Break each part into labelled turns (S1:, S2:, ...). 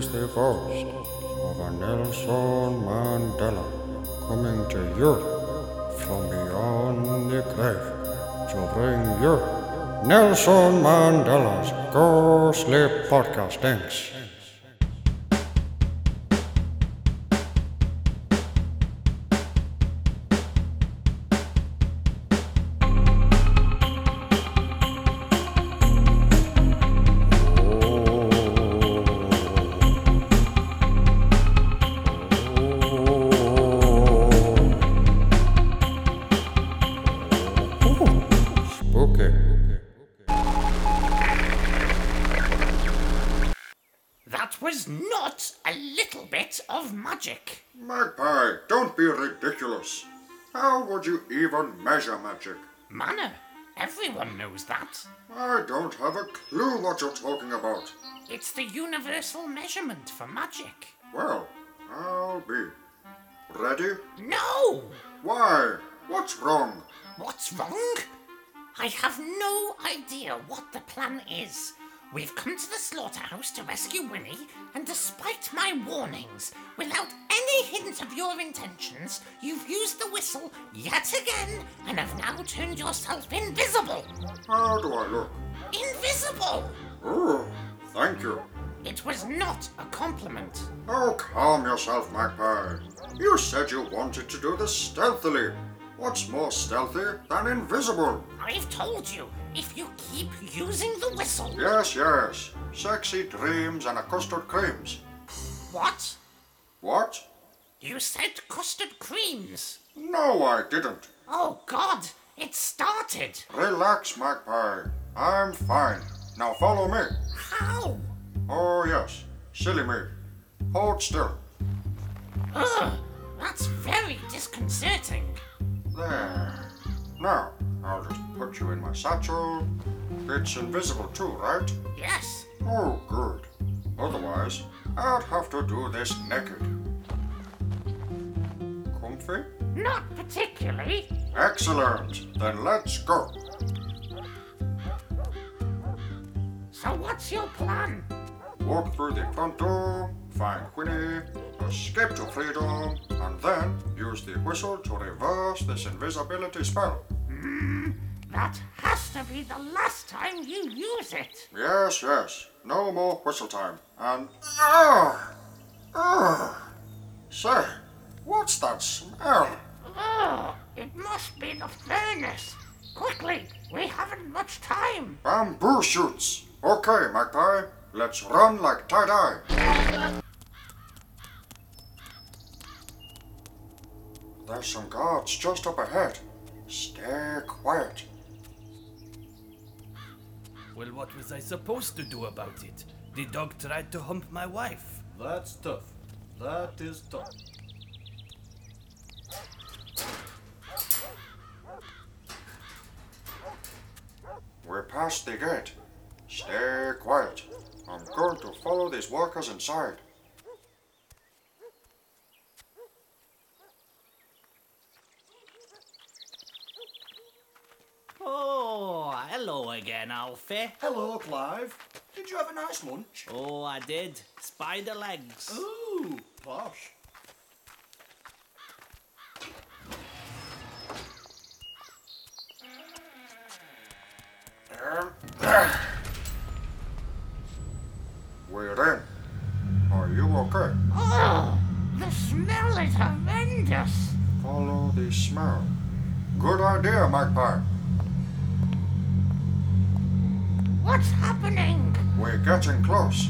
S1: ghost of a Nelson Mandela coming to you from beyond the grave to bring you Nelson Mandela's Ghostly Podcastings. Spooky.
S2: That was not a little bit of magic.
S1: Magpie, don't be ridiculous. How would you even measure magic?
S2: Manner. Everyone knows that.
S1: I don't have a clue what you're talking about.
S2: It's the universal measurement for magic.
S1: Well, I'll be. Ready?
S2: No!
S1: Why? What's wrong?
S2: What's wrong? I have no idea what the plan is. We've come to the slaughterhouse to rescue Winnie, and despite my warnings, without any hint of your intentions, you've used the whistle yet again and have now turned yourself invisible.
S1: How do I look?
S2: Invisible!
S1: Oh, thank you.
S2: It was not a compliment.
S1: Oh, calm yourself, Magpie. You said you wanted to do this stealthily. What's more stealthy than invisible?
S2: I've told you, if you keep using the whistle.
S1: Yes, yes. Sexy dreams and a custard creams.
S2: What?
S1: What?
S2: You said custard creams.
S1: No, I didn't.
S2: Oh god, it started.
S1: Relax, Magpie. I'm fine. Now follow me.
S2: How?
S1: Oh, yes. Silly me. Hold still.
S2: Ugh, that's very disconcerting.
S1: There. Now, I'll just put you in my satchel. It's invisible too, right?
S2: Yes,
S1: Oh, good. Otherwise, I'd have to do this naked. Comfy?
S2: not particularly.
S1: Excellent. Then let's go.
S2: So what's your plan?
S1: Walk through the front door, find Quinny, escape to freedom, and then use the whistle to reverse this invisibility spell.
S2: That has to be the last time you use it.
S1: Yes, yes. No more whistle time. And. Ah! Ah! Say, what's that smell?
S2: Ugh, it must be the furnace. Quickly, we haven't much time.
S1: Bamboo shoots. Okay, Magpie, let's run like tie dye. There's some guards just up ahead. Stay quiet.
S3: Well, what was I supposed to do about it? The dog tried to hump my wife.
S4: That's tough. That is tough.
S1: We're past the gate. Stay quiet. I'm going to follow these workers inside.
S5: Oh, hello again, Alfie.
S4: Hello, Clive. Did you have a nice lunch?
S5: Oh, I did. Spider legs.
S4: Ooh, posh.
S1: We're in. Are you okay?
S2: Ugh, Oh, the smell is horrendous.
S1: Follow the smell. Good idea, Magpie.
S2: What's happening?
S1: We're getting close.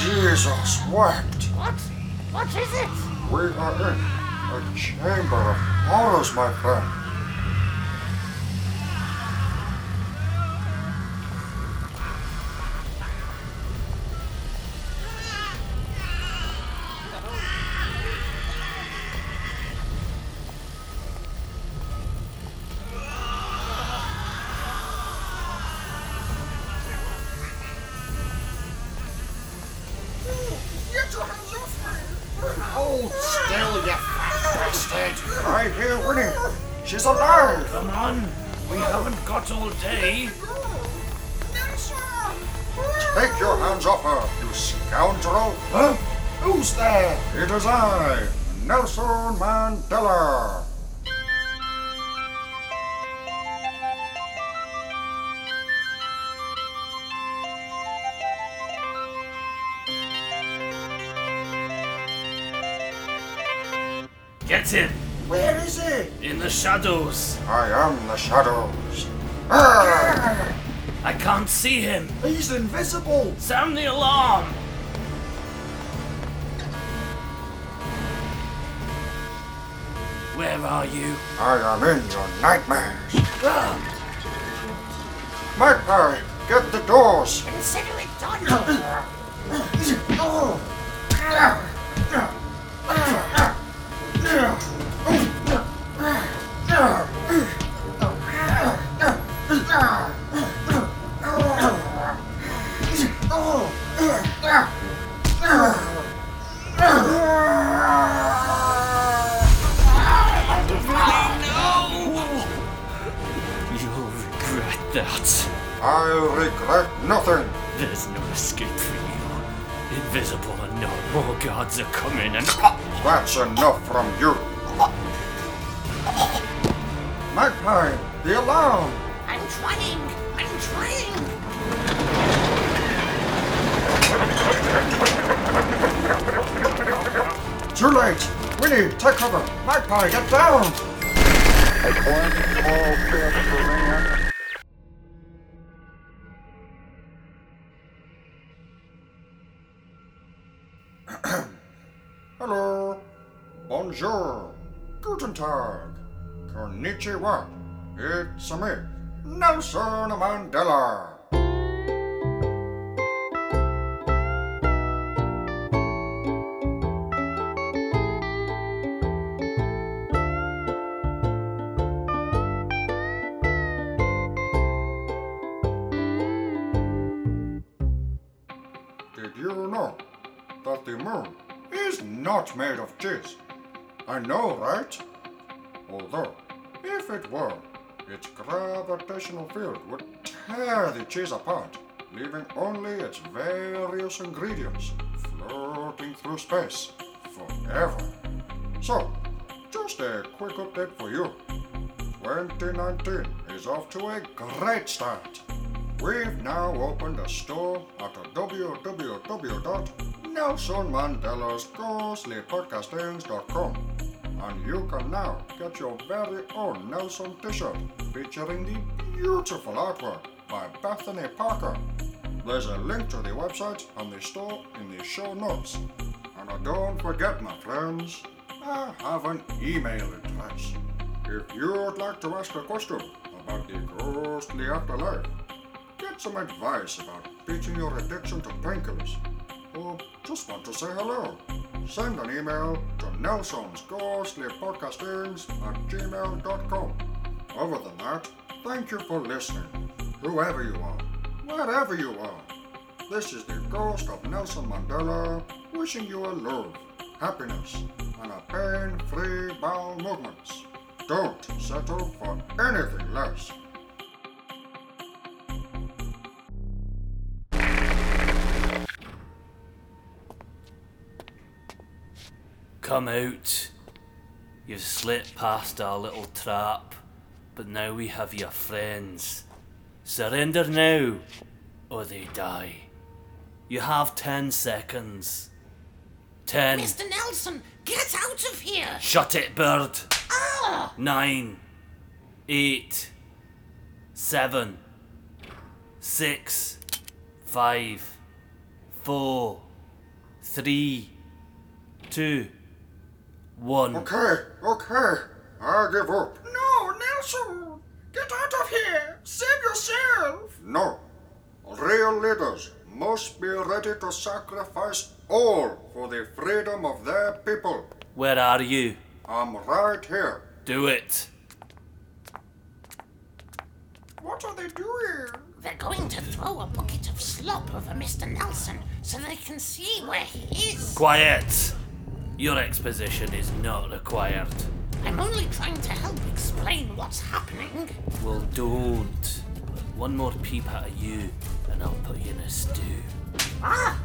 S1: Jesus wept.
S2: What? What is it?
S1: We are in a chamber of horrors, my friend.
S4: Hold still, you fat bastard.
S1: She's alive!
S3: Come on, we haven't got all day.
S1: Take your hands off her, you scoundrel! Huh? Who's there? It is I, Nelson Mandela.
S3: Get him
S4: Where is he?
S3: in the shadows.
S1: I am the shadows. Arr!
S3: I can't see him.
S4: He's invisible.
S3: Sound the alarm. Where are you?
S1: I am in your nightmares. Magpie, get the doors.
S2: Consider it done.
S5: You'll regret that.
S1: I regret nothing.
S5: There's no escape for you. Invisible and no more guards are coming and.
S1: That's enough from you. Magpie, the alarm.
S2: I'm trying. I'm trying.
S1: Too late. Winnie, take cover. Magpie, get down. Hello. Bonjour. Guten Tag. Konnichiwa. It's me, Nelson Mandela. Did you know that the moon is not made of cheese? I know, right? Although, if it were, its gravitational field would tear the cheese apart, leaving only its various ingredients floating through space forever. So, just a quick update for you. 2019 is off to a great start. We've now opened a store at www.nelsonmandelasghostlypodcastings.com and you can now get your very own Nelson t-shirt featuring the beautiful artwork by Bethany Parker. There's a link to the website and the store in the show notes. And I don't forget, my friends, I have an email address. If you'd like to ask a question about the ghostly afterlife, get some advice about beating your addiction to painkillers, or just want to say hello, send an email to Nelson's Ghostly Podcastings at gmail.com. Other than that, thank you for listening, whoever you are, wherever you are. This is the ghost of Nelson Mandela wishing you a love, happiness, and a pain free bowel movements. Don't settle for anything less.
S3: Come out. You've slipped past our little trap, but now we have your friends. Surrender now, or they die. You have ten seconds. Ten.
S2: Mr. Nelson, get out of here.
S3: Shut it, bird.
S2: Ah!
S3: Nine. Eight. Seven. Six. Five. Four. Three. Two. One.
S1: Okay, okay, I give up.
S4: No, Nelson! Get out of here! Save yourself!
S1: No. Real leaders must be ready to sacrifice all for the freedom of their people.
S3: Where are you?
S1: I'm right here.
S3: Do it.
S4: What are they doing?
S2: They're going to throw a bucket of slop over Mr. Nelson so they can see where he is.
S3: Quiet. Your exposition is not required.
S2: I'm only trying to help explain what's happening.
S3: Well, don't. One more peep out of you, and I'll put you in a stew.
S2: Ah!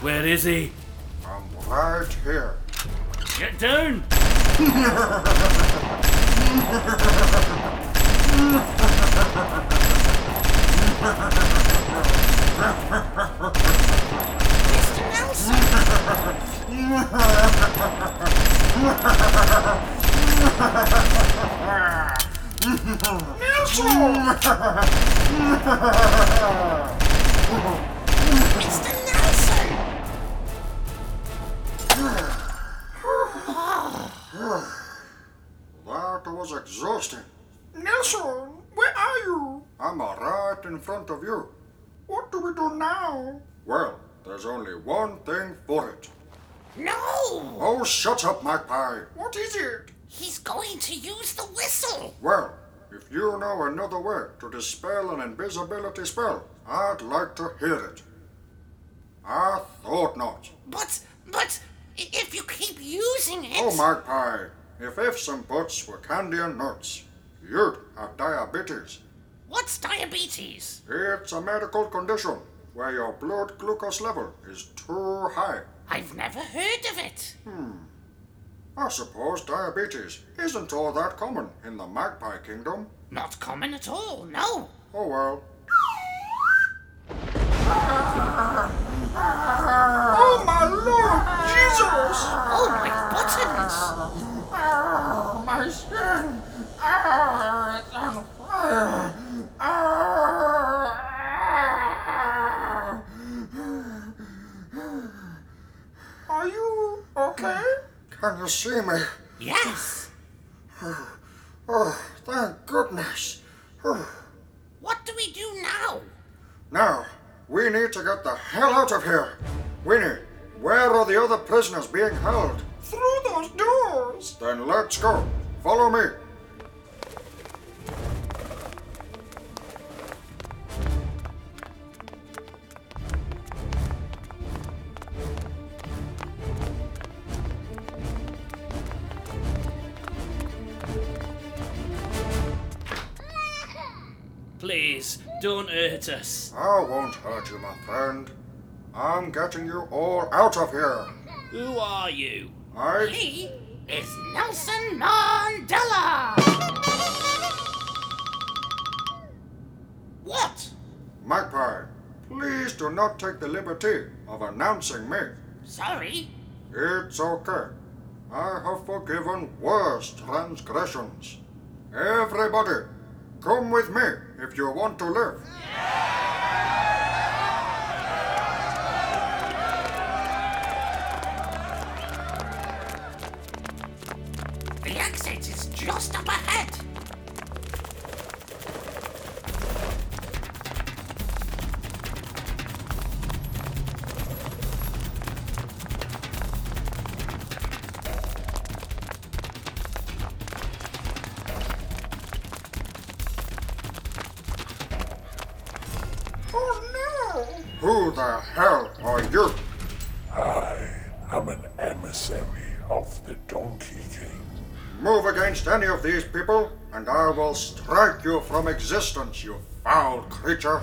S3: Where is he?
S1: I'm right here.
S3: Get down!
S2: Mr. Nelson!
S4: Nelson!
S2: Mr. Nelson!
S1: That was exhausting.
S4: Nelson, where are you?
S1: I'm right in front of you.
S4: What do we do now?
S1: Well, there's only one thing for it.
S2: No!
S1: Oh, shut up, Magpie.
S4: What is it?
S2: He's going to use the whistle!
S1: Well, if you know another way to dispel an invisibility spell, I'd like to hear it. I thought not.
S2: But, but, i- if you keep using it.
S1: Oh, Magpie, if ifs and buts were candy and nuts, you'd have diabetes.
S2: What's diabetes?
S1: It's a medical condition where your blood glucose level is too high.
S2: I've never heard of it.
S1: I suppose diabetes isn't all that common in the Magpie Kingdom.
S2: Not common at all, no.
S1: Oh well.
S4: Oh my lord, Jesus!
S2: Oh, my buttons!
S4: My skin! Ah, it's on fire! Ah. Are you okay?
S1: Can you see me?
S2: Yes!
S1: Oh, thank goodness.
S2: What do we do now?
S1: Now, we need to get the hell out of here. Winnie, where are the other prisoners being held?
S4: Through those doors!
S1: Then let's go. Follow me.
S3: Please, don't hurt us.
S1: I won't hurt you, my friend. I'm getting you all out of here.
S3: Who are you?
S1: I.
S2: He is Nelson Mandela! What?
S1: Magpie, please do not take the liberty of announcing me.
S2: Sorry.
S1: It's okay. I have forgiven worse transgressions. Everybody, come with me if you want to live.
S2: The exit is just up ahead.
S4: Oh no!
S1: Who the hell are you?
S6: I am an emissary of the Donkey King.
S1: Move against any of these people, and I will strike you from existence, you foul creature.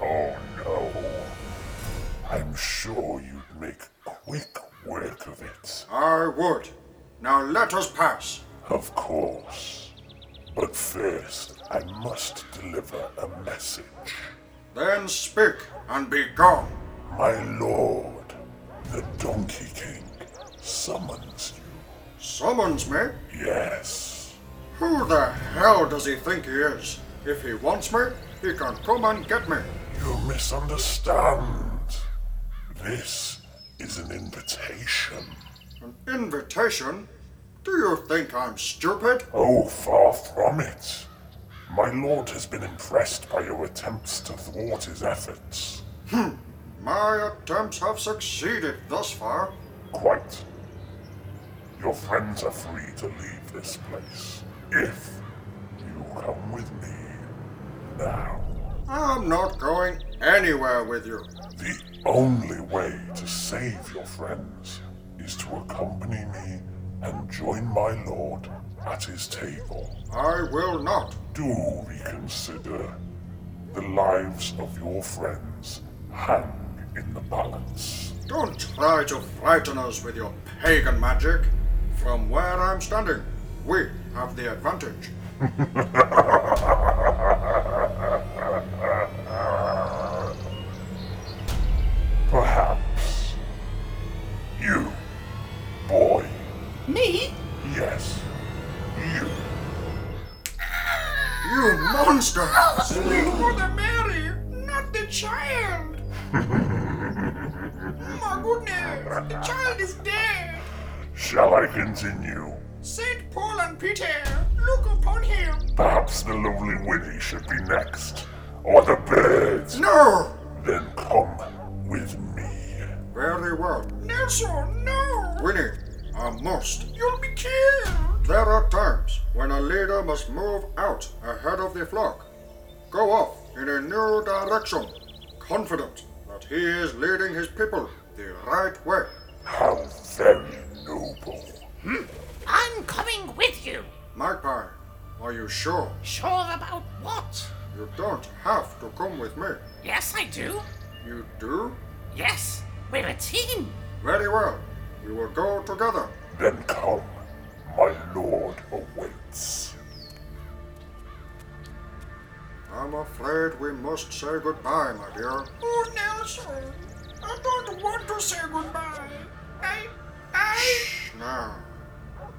S6: oh no. I'm sure you'd make quick work of it.
S1: I would. Now let us pass.
S6: Of course. But first, I must deliver a message.
S1: Then speak and be gone.
S6: My lord, the Donkey King summons
S1: Summons me?
S6: you. Yes.
S1: Who the hell does he think he is? If he wants me, he can come and get me.
S6: You misunderstand. This is an invitation.
S1: An invitation? Do you think I'm stupid?
S6: Oh, far from it. My lord has been impressed by your attempts to thwart his efforts.
S1: My attempts have succeeded thus far.
S6: Quite. Your friends are free to leave this place if you come with me now.
S1: I'm not going anywhere with you.
S6: The only way to save your friends is to accompany me and join my lord at his table.
S1: I will not.
S6: Do reconsider. The lives of your friends hang in the balance.
S1: Don't try to frighten us with your pagan magic. From where I'm standing, we have the advantage.
S6: Perhaps you, boy,
S4: Me?
S6: yes, you.
S1: You monster!
S4: Speak for the Mary, not the child. My goodness, the child is dead.
S6: Shall I continue?
S4: Saint Paul and Peter, look upon him.
S6: Perhaps the lovely Winnie should be next, or the birds.
S1: No!
S6: Then come with me.
S1: Very well.
S4: Nelson, no.
S1: Winnie, I must.
S4: You'll be killed.
S1: There are times when a leader must move out ahead of the flock, go off in a new direction, confident that he is leading his people the right way.
S6: How very noble.
S2: I'm coming with you.
S1: Magpie, are you sure?
S2: Sure about what?
S1: You don't have to come with me.
S2: Yes, I do.
S1: You do?
S2: Yes, we're a team.
S1: Very well. We will go together.
S6: Then come, my lord awaits.
S1: I'm afraid we must say goodbye, my dear.
S4: Oh, Nelson, I don't want to say goodbye. I, I.
S1: Now,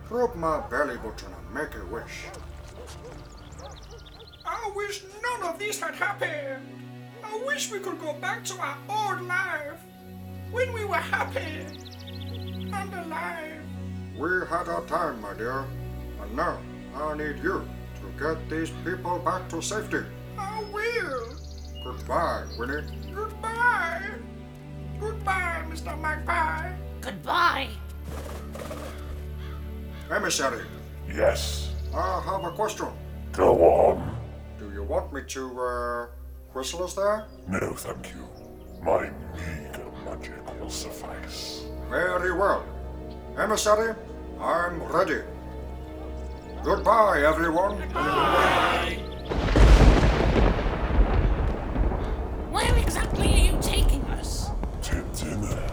S1: rub my belly button and make a wish.
S4: I wish none of this had happened. I wish we could go back to our old life when we were happy and alive.
S1: We had our time, my dear. And now, I need you to get these people back to safety.
S4: I will.
S1: Goodbye, Winnie.
S4: Goodbye. Goodbye, Mr. Magpie.
S2: Goodbye.
S1: Emissary,
S6: Yes,
S1: I have a question.
S6: go on.
S1: Do you want me to, uh, whistle us there?
S6: No, thank you. My meager magic will suffice.
S1: Very well. Emissary, I'm ready. Goodbye, everyone.
S2: Where exactly are you taking us?
S6: To dinner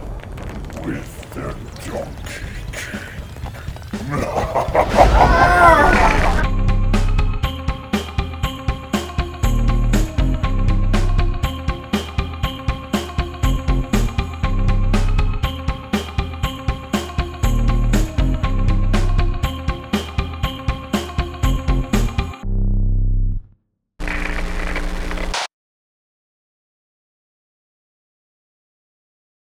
S6: with the Donkey King.